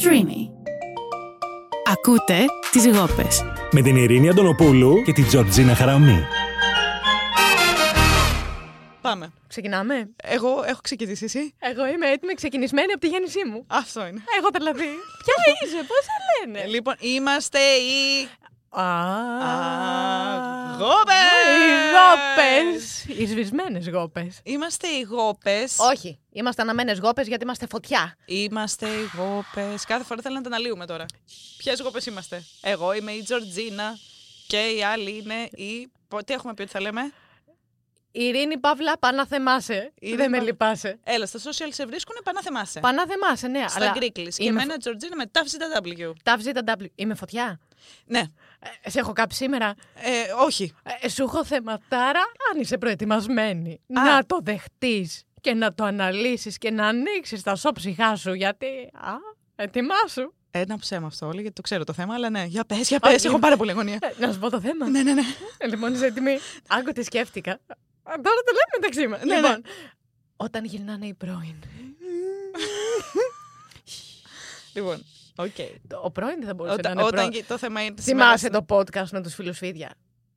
creamy. Ακούτε τις γόπες. Με την Ειρήνη Αντωνοπούλου και την Τζορτζίνα Χαραμή. Πάμε. Ξεκινάμε. Εγώ έχω ξεκινήσει εσύ. Εγώ είμαι έτοιμη, ξεκινισμένη από τη γέννησή μου. Αυτό είναι. Εγώ δηλαδή. Ποια είσαι, πώς σε λένε. Ε, λοιπόν, είμαστε οι. Α, Γόπε! Οι γόπε. Οι σβησμένε γόπες. Είμαστε οι γόπες. Όχι, είμαστε αναμένες γόπες γιατί είμαστε φωτιά. Είμαστε οι γόπες. Κάθε φορά θέλω να τα αναλύουμε τώρα. Ποιες γόπες είμαστε. Εγώ είμαι η Τζορτζίνα και η άλλη είναι η. Πο- Τι έχουμε πει ότι θα λέμε. Ειρήνη Παύλα, παναθεμάσαι. Ειρήνη Δεν με Παύλα. λυπάσαι. Έλα, στα social σε βρίσκουν, πανάθεμάσαι. Παναθεμάσαι, ναι. Στα Greeklies. Και είμαι εμένα Τζορτζίνα με τάφη W. Ταύ ZW. Είμαι φωτιά. Ναι. Ε, σε έχω κάψει σήμερα. Ε, όχι. Ε, σου έχω θεματάρα αν είσαι προετοιμασμένη. Να το δεχτείς και να το αναλύσεις και να ανοίξεις τα σώψυχά σου γιατί... Α, ετοιμάσου. Ένα ψέμα αυτό όλοι, γιατί το ξέρω το θέμα, αλλά ναι. Για πες, για πες. Έχω πάρα πολύ αγωνία. Ε, να σου πω το θέμα. ναι, ναι, ναι. Ε, λοιπόν, είσαι έτοιμη. Άγκο τη σκέφτηκα. Α, Τώρα το λέμε μεταξύ μας. Ναι, ναι. λοιπόν, όταν γυρνάνε οι πρώην. Λοιπόν, οκ. Το- Ο πρώην δεν θα μπορούσε Όταν, να είναι όταν πρώην. γι- το θέμα είναι. Θυμάσαι σήμερα- το podcast με τους φίλους φίδια.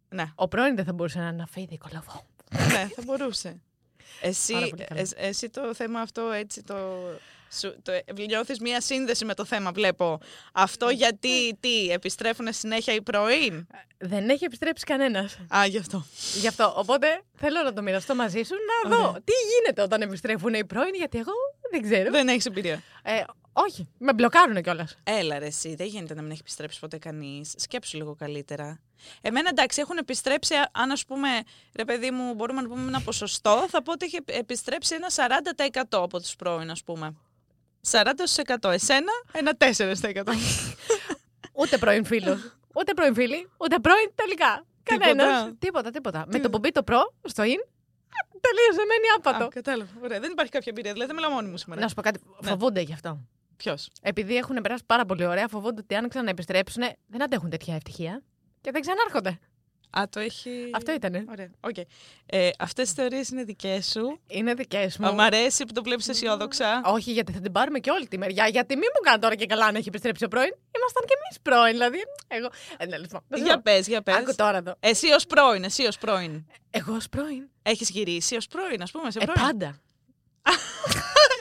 Ναι, Ο πρώην δεν θα μπορούσε να είναι ένα φίδι κολοφό. ναι, θα μπορούσε. Πάρα Εσύ, πολύ καλά. εσ- εσύ το θέμα αυτό έτσι το. Σου, το ε, νιώθεις μία σύνδεση με το θέμα, βλέπω. Αυτό γιατί, τι, επιστρέφουν συνέχεια οι πρωί. Δεν έχει επιστρέψει κανένας. Α, γι' αυτό. Γι' αυτό. Οπότε θέλω να το μοιραστώ μαζί σου να δω Ωραία. Ναι. τι γίνεται όταν επιστρέφουν οι πρώην, γιατί εγώ δεν ξέρω. Δεν έχεις εμπειρία. Ε, όχι, με μπλοκάρουν κιόλας. Έλα ρε εσύ, δεν γίνεται να μην έχει επιστρέψει ποτέ κανείς. Σκέψου λίγο καλύτερα. Εμένα εντάξει, έχουν επιστρέψει, α- αν ας πούμε, ρε παιδί μου, μπορούμε να πούμε ένα ποσοστό, θα πω ότι έχει επι- επιστρέψει ένα 40% από τους πρώην, ας πούμε. 40% εσένα, ένα 4%. Ούτε πρώην φίλος, ούτε πρώην φίλη, ούτε πρώην τελικά. Τίποτα. Κανένας. Τίποτα, τίποτα. Με το που μπει το προ στο in, τελείωσε, μένει Α, άπατο. κατάλαβα. Ωραία. Δεν υπάρχει κάποια εμπειρία. Δηλαδή δεν μιλάω μόνη μου σήμερα. Να σου πω κάτι. Ναι. Φοβούνται γι' αυτό. Ποιος. Επειδή έχουν περάσει πάρα πολύ ωραία, φοβούνται ότι αν ξαναεπιστρέψουν δεν αντέχουν τέτοια ευτυχία και δεν ξανάρχονται. Α, το έχει. Αυτό ήτανε. Ωραία. Okay. Ε, Αυτές τι θεωρίες είναι δικές σου. Είναι δικές μου. Μου... Μ' αρέσει που το βλέπεις αισιόδοξα. Όχι, γιατί θα την πάρουμε και όλη τη μεριά. Γιατί μη μου κάνεις τώρα και καλά αν έχει επιστρέψει ο πρώην. Ήμασταν κι εμείς πρώην, δηλαδή. Εγώ. Ε, ναι, λοιπόν. δεν για θέλω. πες, για πες. Άκου τώρα εδώ. Εσύ ως πρώην, εσύ ως πρώην. Εγώ ως πρώην. Έχεις γυρίσει ως πρώην, ας πούμε. Σε Ε, πρώην. πάντα.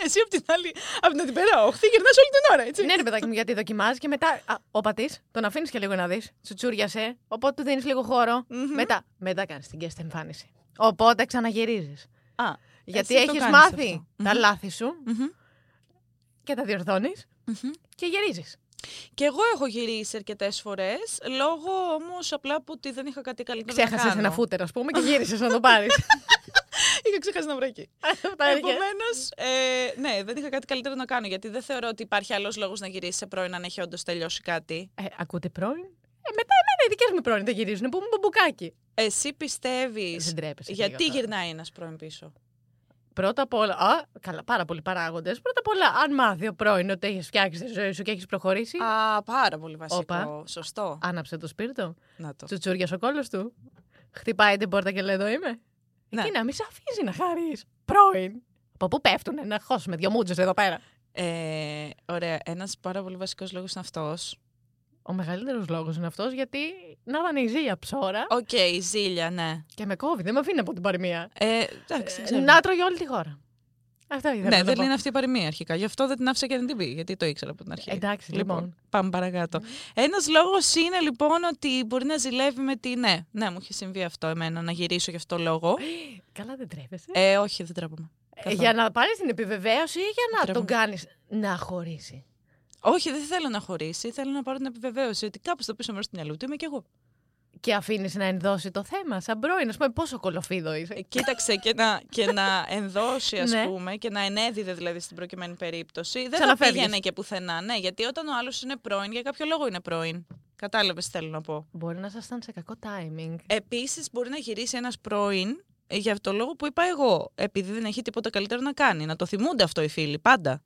Εσύ από την άλλη. Από την άλλη πέρα, όχθη, γυρνάς όλη την ώρα, έτσι. ναι, ρε παιδάκι μου, γιατί δοκιμάζεις και μετά. Α, όπα τη, τον αφήνεις και λίγο να δεις. Σου τσούριασε, οπότε του δίνεις λίγο χώρο. Μμμ. Μετά, μετά κάνεις την guest εμφάνιση. Οπότε ξαναγυρίζεις. Α, Γιατί εσύ το έχεις κάνεις μάθει αυτό. τα Μμμ. λάθη σου Μμμ. και τα διορθώνεις Μμμ. και γυρίζεις. Και εγώ έχω γυρίσει αρκετές φορές, λόγω όμως απλά που ότι δεν είχα κάτι καλύτερο. να Ξέχασες κάνω. ένα φούτερ, ας πούμε, και γύρισες να το πάρεις. Είχα ξεχάσει να βρω εκεί. Επομένως, ε, ναι, δεν είχα κάτι καλύτερο να κάνω. Γιατί δεν θεωρώ ότι υπάρχει άλλος λόγος να γυρίσεις σε πρώην αν έχει όντως τελειώσει κάτι. Ε, ακούτε πρώην. Ε, μετά εμένα οι δικέ μου πρώην δεν γυρίζουν. Που μου μπουμπουκάκι. Εσύ πιστεύεις. Ε, Δεν τρέπεσαι. Ε, Γιατί λίγο τώρα. γυρνάει ένας πρώην πίσω. Πρώτα απ' όλα. Α, καλά, πάρα πολλοί παράγοντες. Πρώτα απ' όλα, αν μάθει ο πρώην ότι έχεις φτιάξει τη ζωή σου και έχεις προχωρήσει. Α, πάρα πολύ βασικό. Όπα. Ε, Σωστό. Άναψε το σπίρτο. Να το. Τσουτσούριας ο κόλος του. Χτυπάει την πόρτα και λέει: Εδώ είμαι. Ναι. Εκεί να μην σε αφήσει να χάρει. Πρώην. Από πού πέφτουνε να χώσουμε δυο μούτζε εδώ πέρα. Ε, ωραία. Ένας πάρα πολύ βασικός λόγος είναι αυτός. Ο μεγαλύτερος λόγος είναι αυτός γιατί να δανείζει για ψώρα Οκ, η ζήλια, ναι. και με κόβει. Δεν με αφήνει από την παροιμία. Ε, εντάξει, δεν ξέρω. Να τρώει όλη τη χώρα. Αυτό ήθελα Ναι, να δεν πω. είναι αυτή η παροιμία αρχικά. Γι' αυτό δεν την άφησα και δεν την πει, γιατί το ήξερα από την αρχή. Εντάξει, λοιπόν. Πάμε παρακάτω. Ένας λόγος είναι λοιπόν ότι μπορεί να ζηλεύει με τη. Ναι, ναι, μου είχε συμβεί αυτό εμένα, να γυρίσω γι' αυτό λόγο. Καλά, δεν τρέπεσαι. Ε, όχι, δεν τρέπομαι. καθόλου. Ε, Για να πάρεις την επιβεβαίωση ή για να Τρέμω. τον κάνεις να χωρίσει. Όχι, δεν θέλω να χωρίσει. Θέλω να πάρω την επιβεβαίωση ότι κάπου στο πίσω μέρος του μυαλού του είμαι κι εγώ. Και αφήνεις να ενδώσει το θέμα. Σαν πρώην, ας πούμε, πόσο κολοφίδο Ε, είσαι. κοίταξε και να, και να ενδώσει, ας Ναι. πούμε, και να ενέδιδε δηλαδή στην προκειμένη περίπτωση. Δεν θα Ξαναφεύγεις. πήγαινε και πουθενά. Ναι, γιατί όταν ο άλλος είναι πρώην, για κάποιο λόγο είναι πρώην. Κατάλαβες τι θέλω να πω. Μπορεί να ήσασταν σε κακό timing. Επίσης, μπορεί να γυρίσει ένας πρώην ε, για το λόγο που είπα εγώ. Επειδή δεν έχει τίποτα καλύτερο να κάνει. Να το θυμούνται αυτό οι φίλοι πάντα.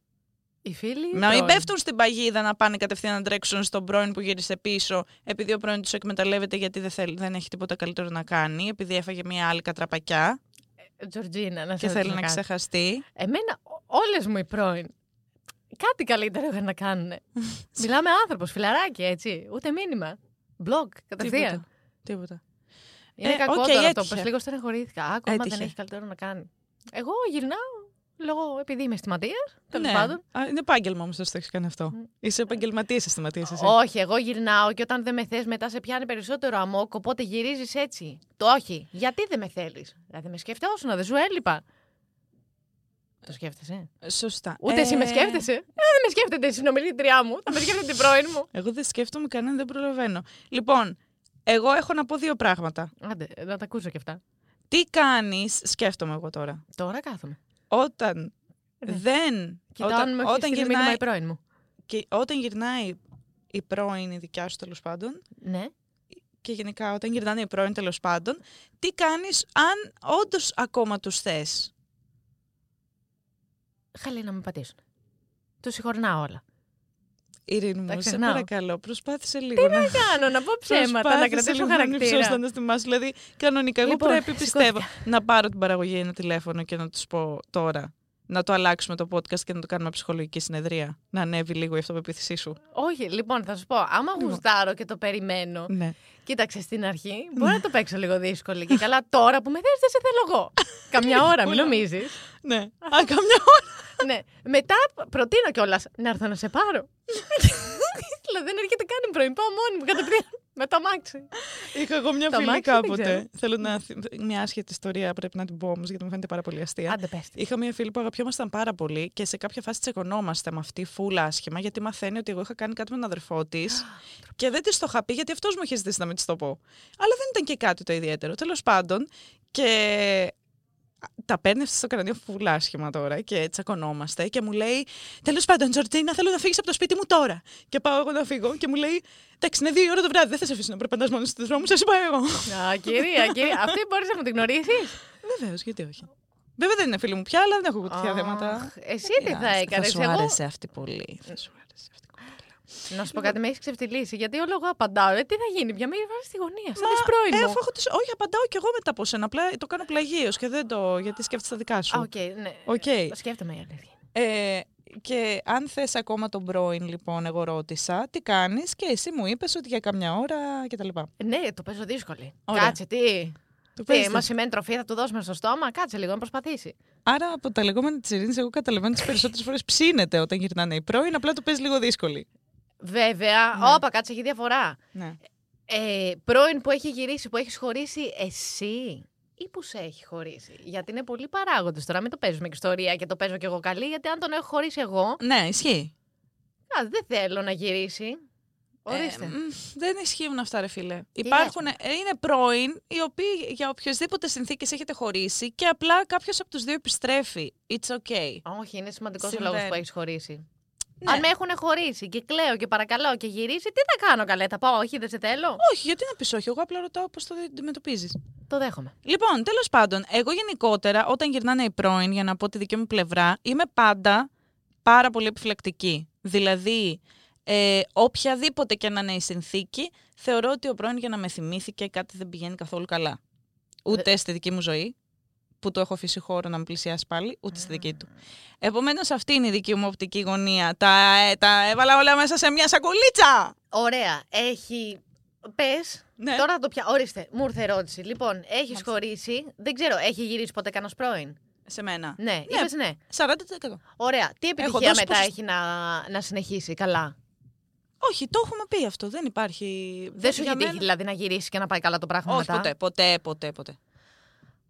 Οι φίλοι. ή Να μην πρώην. πέφτουν στην παγίδα να πάνε κατευθείαν να τρέξουν στον πρώην που γύρισε πίσω, επειδή ο πρώην τους εκμεταλλεύεται γιατί δεν, θέλει, δεν έχει τίποτα καλύτερο να κάνει, επειδή έφαγε μια άλλη κατραπακιά Τζορτζίνα, να σε και θέλει ρωτήσω να κάτι. ξεχαστεί. Εμένα, όλες μου οι πρώην. Κάτι καλύτερο είχαν να κάνουν. Μιλάμε άνθρωπος, φιλαράκι, έτσι. Ούτε μήνυμα. Μπλοκ, κατευθείαν. Τίποτα. Τίποτα. Είναι Ε, κακό οκ, τώρα αυτό. έτυχε. Πες λίγο στεναχωρήθηκα. Ακόμα δεν Έτυχε. έχει καλύτερο να κάνει. Εγώ γυρνάω λόγω επειδή είμαι αισθηματία. Τέλος Ναι. πάντων. Α, Είναι επάγγελμα όμω το έχεις κάνει αυτό. Είσαι επαγγελματίας αισθηματία εσύ. Όχι, εγώ γυρνάω και όταν δεν με θες, μετά σε πιάνει περισσότερο αμόκ. Οπότε γυρίζεις έτσι. Το όχι. Γιατί δεν με θέλεις. Δηλαδή με σκεφτόσουν, δεν σου έλειπα. Το σκέφτεσαι. Σωστά. Ούτε εσύ με Ε, σκέφτεσαι. Ε, δεν με σκέφτεται η συνομιλήτριά μου. Θα με σκέφτεται την πρώην μου. Εγώ δεν σκέφτομαι κανέναν, δεν προλαβαίνω. Λοιπόν, εγώ έχω να πω δύο πράγματα. Άντε, να τα ακούσω κι αυτά. Τι κάνεις, σκέφτομαι εγώ τώρα. Τώρα κάθομαι. Όταν Ναι. δεν. Κοιτάω όταν, αν μου έχει όταν, στείλει μήνυμα γυρνάει, η πρώην μου. και, όταν γυρνάει η πρώην, η δικιά σου τέλος πάντων, Ναι. και γενικά όταν γυρνάνε οι πρώην τέλος πάντων, τι κάνεις αν όντως ακόμα τους θες. Χαλή να με πατήσουν. Τους συγχωρνάω όλα. Ειρήνη Τα μου, σε ξεχνάω. παρακαλώ, προσπάθησε λίγο να Κάνω να πω ψέματα, να κρατήσω χαρακτήρα. να θυμάσαι. Δηλαδή, κανονικά, εγώ Λοιπόν, πρέπει, πιστεύω, να πάρω την παραγωγή ένα τηλέφωνο και να τους πω τώρα να το αλλάξουμε το podcast και να το κάνουμε ψυχολογική συνεδρία. Να ανέβει λίγο η αυτοπεποίθησή σου. Όχι, λοιπόν, θα σου πω. Άμα γουστάρω και το περιμένω, Ναι. Κοίταξε στην αρχή. Μπορεί να το παίξω λίγο δύσκολη. Και καλά τώρα που με θες δεν σε θέλω εγώ. Καμιά ώρα, μην νομίζεις. Ναι. Α, καμιά ώρα. ναι. Μετά προτείνω κιόλας να έρθω να σε πάρω. Δηλαδή δεν έρχεται καν η πρωινπά μόνη μου κατευθείαν. Με το μάξι. Είχα εγώ μια Το φίλη αμάξι δεν κάποτε. ξέρω. Θέλω να. θυ- Μια άσχετη ιστορία πρέπει να την πω όμως, γιατί μου φαίνεται πάρα πολύ αστεία. Άντε πες. Είχα μια φίλη που αγαπιόμασταν πάρα πολύ και σε κάποια φάση τσεκωνόμαστε με αυτή φούλα άσχημα γιατί μαθαίνει ότι εγώ είχα κάνει κάτι με τον αδερφό της και δεν της το είχα πει γιατί αυτός μου είχε ζητήσει να μην της το πω. Αλλά δεν ήταν και κάτι το ιδιαίτερο. Τέλος πάντων, και τα παίρνεις αυτή στο κρανίο φούλα άσχημα τώρα και τσακωνόμαστε και μου λέει Τέλος πάντων, Τζορτζίνα, θέλω να φύγεις από το σπίτι μου τώρα. Και πάω εγώ να φύγω και μου λέει Εντάξει, είναι δύο η ώρα το βράδυ, δεν θα σε αφήσω να περπατάς μόνος στου δρόμου, σα είπα εγώ. Α, κυρία, κυρία. Αυτή μπορείς να μου την γνωρίσεις. Βεβαίως, γιατί όχι. Βέβαια δεν είναι φίλη μου πια, αλλά δεν έχω εγώ τέτοια θέματα. Αχ, Εσύ τι θα έκανε. σου άρεσε αυτή πολύ. Θα σου άρεσε αυτή Να σου πω κάτι, με έχεις ξεφτυλίσει. Γιατί όλο εγώ απαντάω. Ε, τι θα γίνει, πια με βάζει στη γωνία. Σαν τη πολύ. πρώην Ε, μου. αφού έχω τις... Όχι, απαντάω κι εγώ μετά από σένα. Απλά το κάνω πλαγίως και δεν το. Γιατί σκέφτεσαι τα δικά Α, σου. οκ, ναι. Οκ. Σκέφτομαι η αλήθεια. Ε, και αν θες ακόμα τον πρώην, λοιπόν, εγώ ρώτησα, τι κάνεις και εσύ μου είπες ότι για καμιά ώρα κτλ. Ναι, το παίζω δύσκολη. Ωραία. Κάτσε, τι. Το Τι, παίζεις. μα σημαίνει τροφή, θα του δώσουμε στο στόμα. Κάτσε λίγο να προσπαθήσει. Άρα από τα λεγόμενα της Ειρήνης, εγώ καταλαβαίνω τις περισσότερες φορές ψήνεται όταν γυρνάνε οι πρώην, απλά το παίζει λίγο δύσκολη. Βέβαια, Ναι. όπα, κάτσε, έχει διαφορά. Ναι. Ε, πρώην που έχει γυρίσει, που έχεις χωρίσει εσύ ή που σε έχει χωρίσει. Γιατί είναι πολλοί παράγοντες τώρα. Μην το παίζουμε και ιστορία και το παίζω κι εγώ καλή. Γιατί αν τον έχω χωρίσει εγώ, Ναι, ισχύει. α, δεν θέλω να γυρίσει. Ορίστε. Ε, μ, δεν ισχύουν αυτά, ρε φίλε. λες, Υπάρχουν, ε, είναι πρώην, οι οποίοι για οποιασδήποτε συνθήκες έχετε χωρίσει και απλά κάποιος από τους δύο επιστρέφει. It's okay. Όχι, είναι σημαντικός ο Συμβαίνει. λόγος που έχεις χωρίσει. Ναι. Αν με έχουν χωρίσει και κλαίω και παρακαλώ και γυρίσει, τι θα κάνω καλέ. Θα πάω, όχι, δεν σε θέλω. Όχι, γιατί να πεις όχι. Εγώ απλά ρωτάω πώς το αντιμετωπίζεις. Το δέχομαι. Λοιπόν, τέλος πάντων, εγώ γενικότερα όταν γυρνάνε οι πρώην, για να πω τη δική μου πλευρά, είμαι πάντα πάρα πολύ επιφυλακτική. Δηλαδή, ε, οποιαδήποτε και να είναι η συνθήκη, θεωρώ ότι ο πρώην για να με θυμήθηκε κάτι δεν πηγαίνει καθόλου καλά. Ούτε Ε, στη δική μου ζωή, που το έχω αφήσει χώρο να με πλησιάσει πάλι, ούτε στη δική του. Επομένως, αυτή είναι η δική μου οπτική γωνία. Τα, ε, τα έβαλα όλα μέσα σε μια σακουλίτσα! Ωραία. Έχει. Πες. Ναι. Τώρα θα το πια. Ορίστε, μου ήρθε ερώτηση. Λοιπόν, έχεις χωρίσει. Δεν ξέρω, έχει γυρίσει ποτέ κανένα πρώην. Σε μένα. Ναι, ναι. είπες ναι. 40%. Ωραία. Τι επιτυχία δώσει μετά ποσοσ- έχει να, να συνεχίσει καλά. Όχι, το έχουμε πει αυτό. Δεν υπάρχει. Δεν σου για έχει τύχει μένα- δηλαδή να γυρίσει και να πάει καλά το πράγμα Όχι, μετά. ποτέ, ποτέ, ποτέ, ποτέ.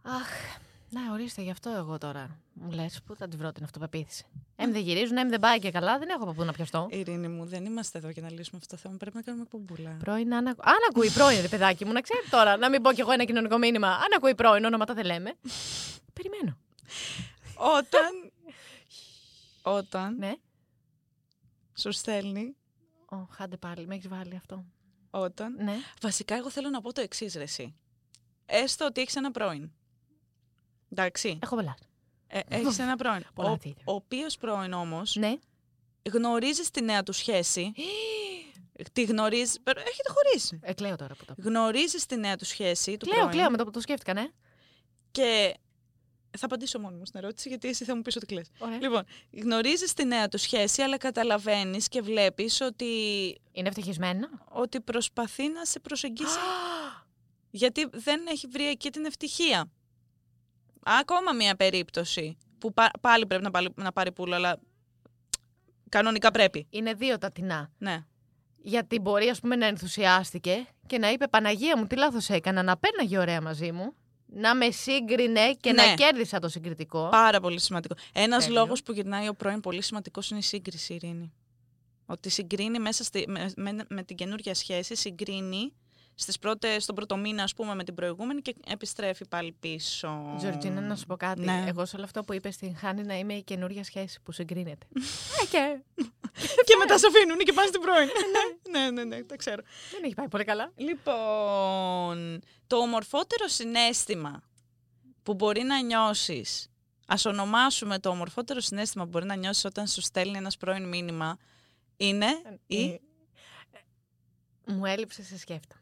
Αχ. Ναι, ορίστε, γι' αυτό εγώ τώρα. Μου λες που θα τη βρω την αυτοπεποίθηση. Εμ δεν γυρίζουν, εμ δεν πάει και καλά, δεν έχω από πού να πιαστώ. Ειρήνη μου, δεν είμαστε εδώ για να λύσουμε αυτό το θέμα. Πρέπει να κάνουμε εκπομπούλα. Πρώην, αν, ακου- αν ακούει πρώην, ρε παιδάκι μου, να ξέρει τώρα, να μην πω κι εγώ ένα κοινωνικό μήνυμα. Αν ακούει πρώην, όνοματα δεν λέμε. Περιμένω. Όταν. Όταν Ναι. σου στέλνει. Ω, χάντε πάλι, με έχεις βάλει αυτό. Όταν. Ναι. Βασικά, εγώ θέλω να πω το εξής, ρε εσύ. Έστω ότι έχεις ένα πρώην. Εντάξει. Έχω μπελάσει. Ε, έχεις ένα πρώην. Πολλά ο τέτοια. ο οποίος πρώην όμως Ναι. γνωρίζεις τη νέα του σχέση. τη γνωρίζει. πε- Έχετε χωρίσει. Ε, κλαίω τώρα που το Γνωρίζεις τη νέα του σχέση. Του Κλαίω, πρώην. κλαίω με το που το σκέφτηκα, ναι. Και Θα απαντήσω μόνη μου στην ερώτηση, γιατί εσύ θα μου πεις ό,τι κλε. Ωραία. Λοιπόν, γνωρίζεις τη νέα του σχέση, αλλά καταλαβαίνεις και βλέπεις ότι, Είναι ευτυχισμένα. ότι προσπαθεί να σε προσεγγίσει. γιατί δεν έχει βρει εκεί την ευτυχία. Ακόμα μία περίπτωση που πα- πάλι πρέπει να, πάλι- να πάρει πουλο, αλλά κανονικά πρέπει. Είναι δύο τα τεινά. Ναι. Γιατί μπορεί, ας πούμε, να ενθουσιάστηκε και να είπε Παναγία μου, τι λάθος έκανα, να πέρναγε ωραία μαζί μου, να με σύγκρινε και Ναι. να κέρδισα το συγκριτικό. Πάρα πολύ σημαντικό. Ένας Τέλειο. λόγος που γυρνάει ο πρώην πολύ σημαντικός είναι η σύγκριση, Ειρήνη. Ότι συγκρίνει μέσα στη, με, με- με την καινούργια σχέση, συγκρίνει στις πρώτες, στον πρώτο μήνα, ας πούμε, με την προηγούμενη και επιστρέφει πάλι πίσω. Τζορτζίνα, να σου πω κάτι. Ναι. Εγώ σε όλο αυτό που είπες, την χάνει να είμαι η καινούρια σχέση που συγκρίνεται. Ε, και Ναι, Και μετά σε αφήνουν και πάνε στην πρώην. ναι, ναι, ναι, τα ξέρω. δεν έχει πάει πολύ καλά. Λοιπόν, το ομορφότερο συνέστημα που μπορεί να νιώσεις, ας ονομάσουμε το ομορφότερο συνέστημα που μπορεί να νιώσεις όταν σου στέλνει ένας πρώην μήνυμα, είναι Ε, η... Μου έλειψε, σε σκέφτομαι.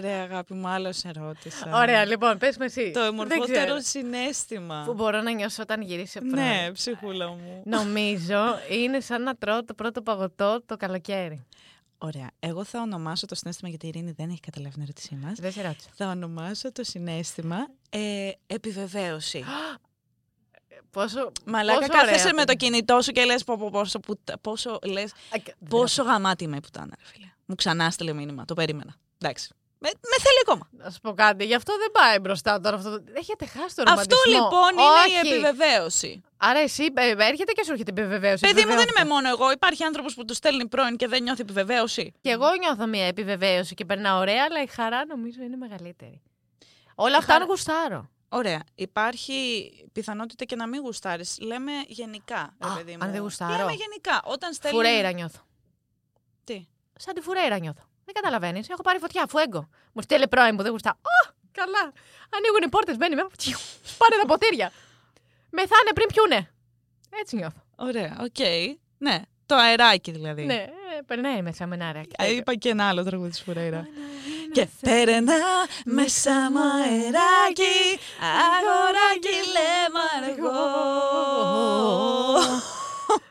Ρε αγάπη μου, άλλος σε ρώτησα. Ωραία, λοιπόν, πες με εσύ. Το Δεν ομορφότερο ξέρω. συνέστημα. που μπορώ να νιώσω όταν γυρίσει από Ναι, ψυχούλα μου. Νομίζω είναι σαν να τρώω το πρώτο παγωτό το καλοκαίρι. Ωραία. Εγώ θα ονομάσω το συνέστημα, γιατί η Ειρήνη δεν έχει καταλάβει την ερώτησή μας. Δεν σε ρώτησα. Θα ονομάσω το συνέστημα ε, επιβεβαίωση. Πόσο. Μαλάκα, πόσο ωραία κάθεσαι που με το είναι. κινητό σου και λες πω, πω, πόσο, που, πόσο, λες, Α, και- πόσο γαμάτη είμαι που ήταν, ρε φίλε. Μου ξανά στείλε μήνυμα, το περίμενα. Εντάξει. Με, με θέλει ακόμα. Να σου πω κάτι, γι' αυτό δεν πάει μπροστά τώρα αυτό. το- Έχετε χάσει το ρομαντισμό. Αυτό λοιπόν είναι η Όχι. επιβεβαίωση. Άρα εσύ ε, έρχεται και σου έρχεται η επιβεβαίωση. Παιδί μου, δεν επιβεβαίωση. είμαι μόνο εγώ. Υπάρχει άνθρωπος που τους στέλνει πρώην και δεν νιώθει επιβεβαίωση. Και εγώ νιώθω μια επιβεβαίωση και περνάω ωραία, αλλά η χαρά νομίζω είναι μεγαλύτερη. Όλα Η αυτά χαρά- είναι γουστάρω. Ωραία. Υπάρχει πιθανότητα και να μην γουστάρεις. Λέμε γενικά, ρε Α, παιδί μου. αν δεν γουστάρω. Λέμε γενικά. Όταν στέλνει. Φουρέιρα νιώθω. Τι? Σαν τη φουρέιρα νιώθω. Δεν καταλαβαίνεις. Έχω πάρει φωτιά, φουέγκο. Μου στέλνει πρώην που δεν γουστά. Ω, καλά. Ανοίγουν οι πόρτες, μπαίνει με. Τσιου, Σπάνε τα ποτήρια. Μεθάνε πριν πιούνε. Έτσι νιώθω. Ωραία, οκ. Ναι. Το αεράκι δηλαδή. Ναι, ε, περνάει μέσα με ένα Ε, ναι, αέρα. Ε, Είπα και ένα άλλο τραγούδι τη Φουρέιρα. Και περνά μέσα μου αεράκι, αγοράκι λεμαργό.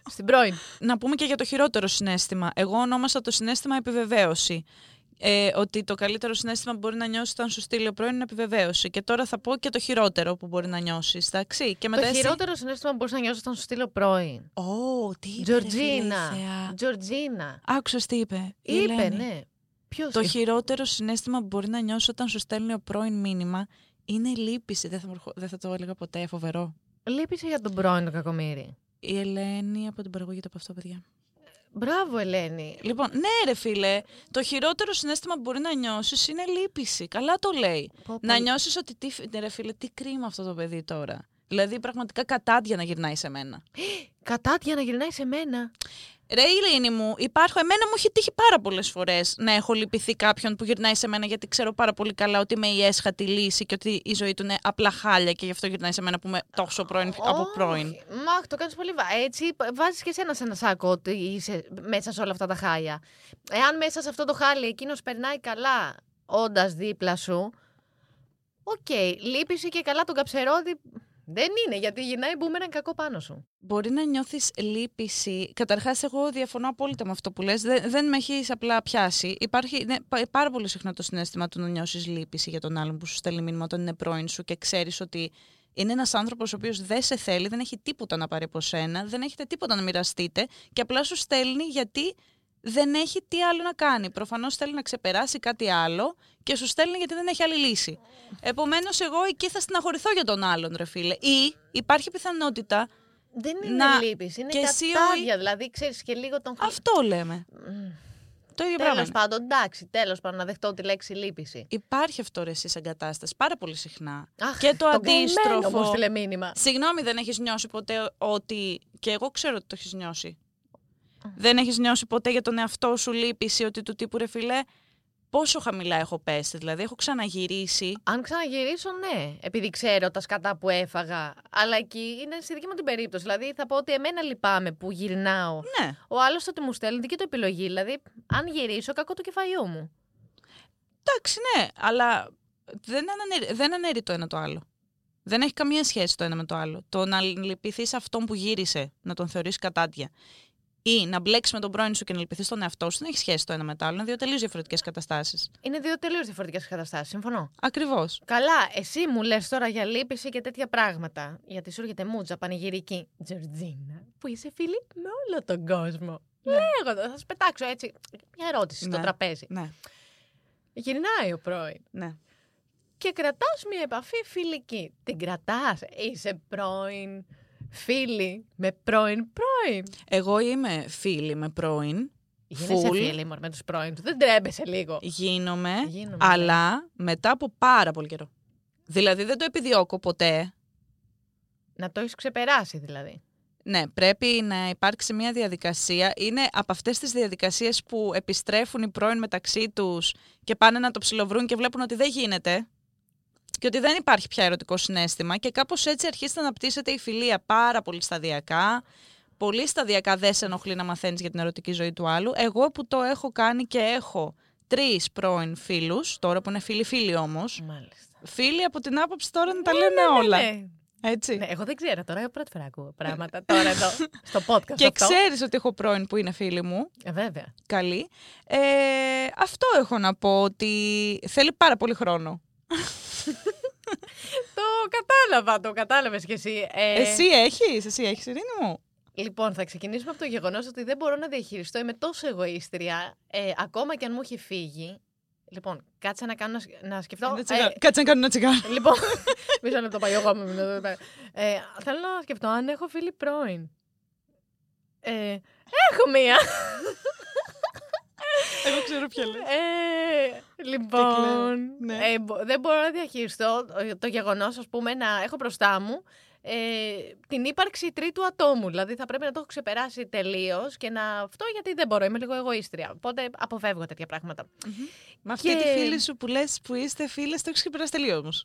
Στην πρώην. Να πούμε και για το χειρότερο συνέστημα. Εγώ ονόμασα το συνέστημα επιβεβαίωση. Ε, ότι το καλύτερο συνέστημα που μπορεί να νιώσεις όταν σου στείλει ο πρώην είναι επιβεβαίωση. Και τώρα θα πω και το χειρότερο που μπορεί να νιώσεις. Εντάξει. Και μετά Το εσύ- χειρότερο συνέστημα που μπορούσα να νιώσω όταν σου στείλω πρώην. Ω, τι είπε. Τζορτζίνα. ρε φίλε η Θεά. Τζορτζίνα. Άκουσε τι είπε. η Είπε, Ελένη. ναι. Ποιος. Το χειρότερο συνέστημα που μπορεί να νιώσεις όταν σου στέλνει ο πρώην μήνυμα είναι η λύπηση. Δεν θα, μου ερχο- δεν θα το έλεγα ποτέ, φοβερό. Λύπησε για τον πρώην το κακομίρι. Η Ελένη από την παραγωγή του από αυτό, παιδιά. Μπράβο, Ελένη. Λοιπόν, ναι, ρε φίλε, το χειρότερο συνέστημα που μπορεί να νιώσεις είναι λύπηση. Καλά το λέει. Πω, πω. Να νιώσεις ότι. Τι, φ- ναι, ρε φίλε, τι κρίμα αυτό το παιδί τώρα. Δηλαδή, πραγματικά κατάδια να γυρνάει σε μένα. Κατάτια να γυρνάει σε μένα. Ρε Ειρήνη μου, υπάρχω. Εμένα μου έχει τύχει πάρα πολλές φορές να έχω λυπηθεί κάποιον που γυρνάει σε μένα γιατί ξέρω πάρα πολύ καλά ότι είμαι η έσχατη λύση και ότι η ζωή του είναι απλά χάλια και γι' αυτό γυρνάει σε μένα που είμαι τόσο πρώην, από Όχι. πρώην. Μα το κάνεις πολύ. βα- Έτσι, βάζεις και εσένα σε ένα σάκο ότι είσαι μέσα σε όλα αυτά τα χάλια. Εάν μέσα σε αυτό το χάλι εκείνος περνάει καλά, όντας δίπλα σου. Οκ, λύπησε και καλά τον καψερόδι. Δεν είναι, γιατί γυρνάει μπούμεραν κακό πάνω σου. Μπορεί να νιώθεις λύπηση. Καταρχάς, εγώ διαφωνώ απόλυτα με αυτό που λες. Δεν, δεν με έχεις απλά πιάσει. Υπάρχει ναι, πα- πάρα πολύ συχνά το συνέστημα του να νιώσεις λύπηση για τον άλλον που σου στέλνει μήνυμα όταν είναι πρώην σου και ξέρεις ότι είναι ένας άνθρωπος ο οποίος δεν σε θέλει, δεν έχει τίποτα να πάρει από σένα, δεν έχετε τίποτα να μοιραστείτε και απλά σου στέλνει γιατί δεν έχει τι άλλο να κάνει. Προφανώς θέλει να ξεπεράσει κάτι άλλο και σου στέλνει γιατί δεν έχει άλλη λύση. Επομένως, εγώ εκεί θα στεναχωρηθώ για τον άλλον, ρε φίλε. Ή υπάρχει πιθανότητα Δεν είναι Να, λύπηση, είναι και εσύ ο- κατάδια. Δηλαδή, ξέρεις και λίγο τον χ- Αυτό λέμε. Το ίδιο πράγμα. Τέλο είναι. πάντων, εντάξει, τέλος πάντων, να δεχτώ τη λέξη λύπηση. Υπάρχει αυτό ρε εσύ σαν κατάσταση πάρα πολύ συχνά. Αχ, και το τον καημένο Μου αντίστροφο. στείλε μήνυμα. Συγγνώμη, δεν έχεις νιώσει ποτέ ότι. και εγώ ξέρω ότι το έχεις νιώσει. Δεν έχεις νιώσει ποτέ για τον εαυτό σου λύπηση ότι του τύπου ρε φιλέ. Πόσο χαμηλά έχω πέσει, δηλαδή έχω ξαναγυρίσει. Αν ξαναγυρίσω, ναι, επειδή ξέρω τα σκατά που έφαγα. Αλλά εκεί είναι στη δική μου την περίπτωση. Δηλαδή, θα πω ότι εμένα λυπάμαι που γυρνάω. Ναι. Ο άλλος ότι μου στέλνει δική του επιλογή. Δηλαδή, αν γυρίσω, κακό του κεφαλιού μου. Εντάξει, ναι, αλλά δεν αναιρεί, δεν αναιρεί το ένα το άλλο. Δεν έχει καμία σχέση το ένα με το άλλο. Το να λυπηθείς αυτόν που γύρισε, να τον θεωρείς κατάτια. Ή να μπλέξεις με τον πρώην σου και να λυπηθείς τον εαυτό σου, δεν έχει σχέση το ένα με το άλλο. Είναι δύο τελείως διαφορετικές καταστάσεις. Είναι δύο τελείως διαφορετικές καταστάσεις. Συμφωνώ. Ακριβώς. Καλά, εσύ μου λες τώρα για λύπηση και τέτοια πράγματα. Γιατί σου έρχεται μουτζα πανηγυρική. Τζορτζίνα, που είσαι φίλη με όλο τον κόσμο. Λέγοντα, θα σας πετάξω έτσι μια ερώτηση στο Ναι. τραπέζι. Ναι, Γυρνάει ο πρώην. ναι. και κρατάς μια επαφή φιλική. Την κρατάς, είσαι πρώην φίλη με πρώην πρώην. Εγώ είμαι φίλη με πρώην. Γίνεσαι Full. φίλη μωρέ, με τους πρώην τους, δεν τρέμπεσαι λίγο. Γίνομαι, Γίνομαι, Ε, ναι. αλλά μετά από πάρα πολύ καιρό. Δηλαδή δεν το επιδιώκω ποτέ. Να το έχεις ξεπεράσει δηλαδή. Ναι, πρέπει να υπάρξει μια διαδικασία. Είναι από αυτές τις διαδικασίες που επιστρέφουν οι πρώην μεταξύ τους και πάνε να το ψιλοβρούν και βλέπουν ότι δεν γίνεται και ότι δεν υπάρχει πια ερωτικό συνέστημα και κάπως έτσι αρχίζεται να πτήσεται η φιλία πάρα πολύ σταδιακά. Πολύ σταδιακά δεν σε ενοχλεί να μαθαίνεις για την ερωτική ζωή του άλλου. Εγώ που το έχω κάνει και έχω τρεις πρώην φίλους, τώρα που είναι φίλοι-φίλοι όμως, Μάλιστα. φίλοι από την άποψη τώρα να τα λέμε όλα. Ναι. Έτσι. Ναι, εγώ δεν ξέρω τώρα, πρώτη φορά ακούω πράγματα τώρα εδώ, στο podcast Και αυτό. ξέρεις ότι έχω πρώην που είναι φίλοι μου. Ε, Βέβαια. καλή. Ε, αυτό έχω να πω ότι θέλει πάρα πολύ χρόνο. Το κατάλαβα, το κατάλαβες κι εσύ. Ε, Εσύ έχεις, εσύ έχεις ειρήνη μου. Λοιπόν, θα ξεκινήσουμε από το γεγονός ότι δεν μπορώ να διαχειριστώ. Είμαι τόσο εγωίστρια. Ε, ακόμα και αν μου έχει φύγει. Λοιπόν, κάτσε να, κάνω, να σκ- να σκεφτώ. Ένα τσιγάρο. Κάτσε να κάνω ένα τσιγάρο. ε, λοιπόν, μισό λεπτό πάει εγώ. άμα μην το δω πέρα. Ε, θέλω να σκεφτώ αν έχω φίλη πρώην. Ε, έχω μία. Εγώ ξέρω ποια λέει. Ε, λοιπόν, Και κλαίω, ναι. ε, μπο- δεν μπορώ να διαχειριστώ το- το γεγονός, ας πούμε, να έχω μπροστά μου ε, την ύπαρξη τρίτου ατόμου. Δηλαδή, θα πρέπει να το έχω ξεπεράσει τελείως και να. Αυτό γιατί δεν μπορώ, είμαι λίγο εγωίστρια. Οπότε αποφεύγω τέτοια πράγματα. Με αυτή Και- τη φίλη σου που λες που είστε φίλες, το έχεις ξεπεράσει τελείως όμως.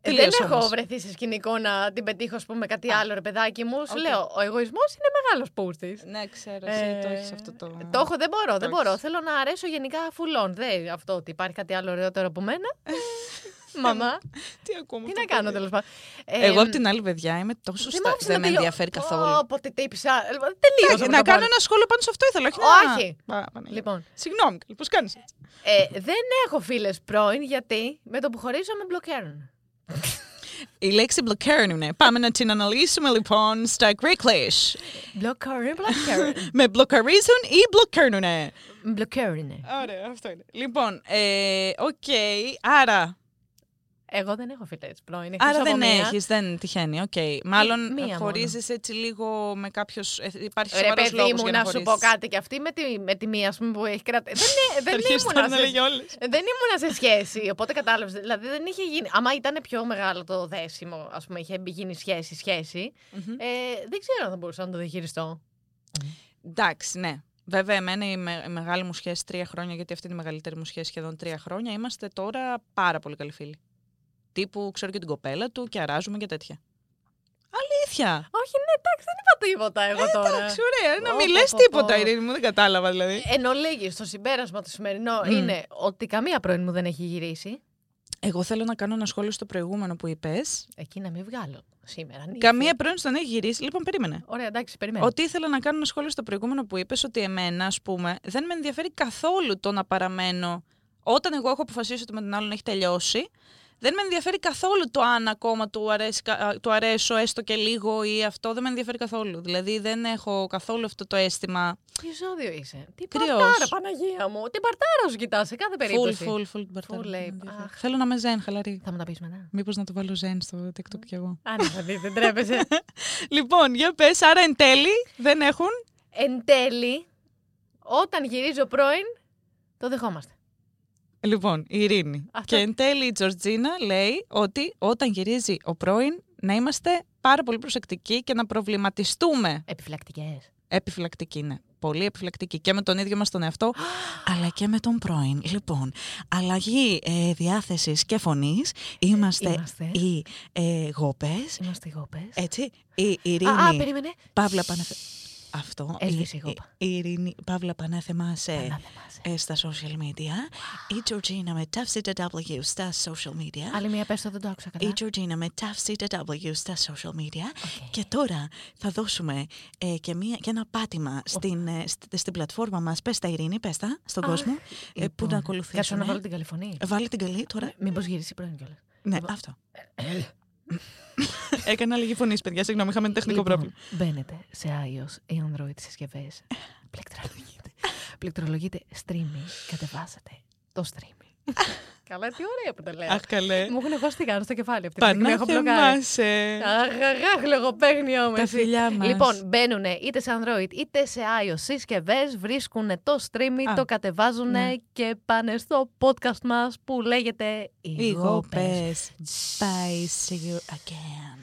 Ε, δεν Τελείως έχω όμως. βρεθεί σε σκηνικό να την πετύχω, ας πούμε, κάτι Α. άλλο, ρε παιδάκι μου. Σου Οκ. λέω, ο εγωισμός είναι μεγάλος πούστη. Ναι, ξέρω, Ε, εσύ το έχεις αυτό το... Το έχω, δεν μπορώ, έχεις. δεν μπορώ. Θέλω να αρέσω γενικά φουλών. Δεν αυτό ότι υπάρχει κάτι άλλο ωραιότερο από μένα. Ε, Μαμά, Τι ακόμα τι να κάνω τέλος πάντων. Ε, Εγώ απ' την άλλη παιδιά είμαι τόσο Δεν μ' στα... άφησε Δεν να με τελειώ- ενδιαφέρει Πω, καθόλου. Όποτε τύπησα. Λοιπόν, Εντάξει, Τελείωσα. με Να κάνω το πάρτι. ένα σχόλιο πάνω σε αυτό ήθελα, όχι να... Όχι. Πα- Παναγία. Λοιπόν, Συγγνώμη, πώς κάνεις έτσι. ε, δεν έχω φίλες πρώην γιατί με το που χωρίζω με μπλοκέρουν. Η λέξη μπλοκέρν είναι. Πάμε να την αναλύσουμε λοιπόν στα Greeklish. Μπλοκέρουν, μπλοκέρουν. Με μπλοκαρίζουν ή μπλοκέρνουνε. Μπλοκέρουν. Ωραία, αυτό είναι. Λοιπόν, ε, οκ, άρα, Εγώ δεν έχω φίλε πρώην. εκτός άρα από δεν μία. έχεις, δεν τυχαίνει, οκ. Μάλλον μία μόνο. χωρίζεις έτσι λίγο με κάποιος, ε, υπάρχει Ρε σοβαρός παιδί λόγος μου, για να, να σου πω κάτι. Και αυτή με τη, με τη μία ας πούμε, που έχει κρατήσει. δεν, Αρχίζει ήμουν να σε, λέγει όλες. δεν ήμουνα σε σχέση. Οπότε κατάλαβες. Δηλαδή δεν είχε γίνει. Άμα ήταν πιο μεγάλο το δέσιμο, ας πούμε, είχε γίνει σχέση-σχέση. Ε, δεν ξέρω αν θα μπορούσα να το διαχειριστώ. Εντάξει, ναι. Βέβαια, εμένα η, με- η μεγάλη μου σχέση τρία χρόνια, γιατί αυτή είναι η μεγαλύτερη μου σχέση σχεδόν τρία χρόνια, είμαστε τώρα πάρα πολύ καλοί φίλοι. Τύπου ξέρω και την κοπέλα του και αράζουμε και τέτοια. Αλήθεια! Όχι, ναι, εντάξει, δεν είπα τίποτα εγώ τώρα. Εντάξει, ωραία. Να Πω, μην πω, λες πω, τίποτα, πω. Ειρήνη μου, δεν κατάλαβα δηλαδή. Εν ολίγης, το συμπέρασμα του σημερινό Μμμ. είναι ότι καμία πρώην μου δεν έχει γυρίσει. Εγώ θέλω να κάνω ένα σχόλιο στο προηγούμενο που είπες. Εκεί να μην βγάλω σήμερα. νύχτα. Καμία πρώην στον έχει γυρίσει. Λοιπόν, περίμενε. Ωραία, εντάξει, περιμένω. Ότι ήθελα να κάνω ένα σχόλιο στο προηγούμενο που είπες ότι εμένα, ας πούμε, δεν με ενδιαφέρει καθόλου το να παραμένω. Όταν εγώ έχω αποφασίσει ότι με τον άλλον έχει τελειώσει, δεν με ενδιαφέρει καθόλου το αν ακόμα του, αρέσει, κα- α, του αρέσω έστω και λίγο ή αυτό. Δεν με ενδιαφέρει καθόλου. Δηλαδή δεν έχω καθόλου αυτό το αίσθημα. Τι ζώδιο είσαι. Τι Κρυός. παρτάρα, Παναγία μου. Τι παρτάρα σου κοιτάς σε κάθε Φουλ, περίπτωση. φουλ, φουλ. την παρτάρα. Full, Δεν με λέει, ενδιαφέρει. αχ. Θέλω να είμαι ζεν, χαλαρή. Θα μου τα πεις μετά. Μήπως να το βάλω ζεν στο TikTok κι εγώ. Αν θα δεις, δεν τρέπεσαι. Λοιπόν, για πες, άρα εν τέλει δεν έχουν. Εν τέλει, όταν γυρίζω πρώην, το δεχόμαστε. Λοιπόν, η Ειρήνη. Αυτό. Και εν τέλει η Τζορτζίνα λέει ότι όταν γυρίζει ο πρώην να είμαστε πάρα πολύ προσεκτικοί και να προβληματιστούμε. Επιφυλακτικές. Επιφυλακτικοί είναι. Πολύ επιφυλακτικοί και με τον ίδιο μας τον εαυτό, αλλά και με τον πρώην. Λοιπόν, αλλαγή ε, διάθεσης και φωνής. Είμαστε, Ε, Είμαστε. οι ε, γόπες. Είμαστε γόπε. Ε, Έτσι, η Ειρήνη. Α, περίμενε. Παύλα Πανεφε... Αυτό. Έλυσε η γόπα. Η, η Ειρήνη Παύλα Πανάθεμα σε, Πανάθεμά ε, στα social media. Η Τζορτζίνα με TFCW στα social media. Άλλη μία πες το, δεν το άκουσα Η καλά. Τζορτζίνα με TFCW στα social media. Και τώρα θα δώσουμε ε, και, μία, και ένα πάτημα στην, ε, στε- στην πλατφόρμα μας. Πες τα Ειρήνη, πες τα στον Αχ, κόσμο. ε, πού να Κάτσε Λοιπόν, να ακολουθήσουμε. Ε, βάλω την καλυφωνή. Βάλει την καλή τώρα. Μήπως γυρίσει πρώην κιόλας. Ναι, Λοιπόν. αυτό. Έκανα λίγη φωνή, παιδιά. Συγγνώμη, είχαμε τεχνικό Λοιπόν, πρόβλημα. Μπαίνετε σε iOS ή Android συσκευές. Πληκτρολογείτε. Πληκτρολογείτε streaming. Κατεβάσετε το streaming. Καλά, τι ωραία που το λέω. Αχ, ε. καλέ. Μου έχουν χώσει τη γάνα στο κεφάλι αυτή. τη στιγμή, έχω μπλοκάρει. Πανάθεμασε. Αχ, αχ, αχ, λογοπαίγνιο μου. Τα εσύ. φιλιά μας. Λοιπόν, μπαίνουν είτε σε Android είτε σε iOS συσκευές, βρίσκουν το streaming, Α, το κατεβάζουν ναι. και πάνε στο podcast μας που λέγεται Οι Εγώ Γόπες. πες. Bye, see you again.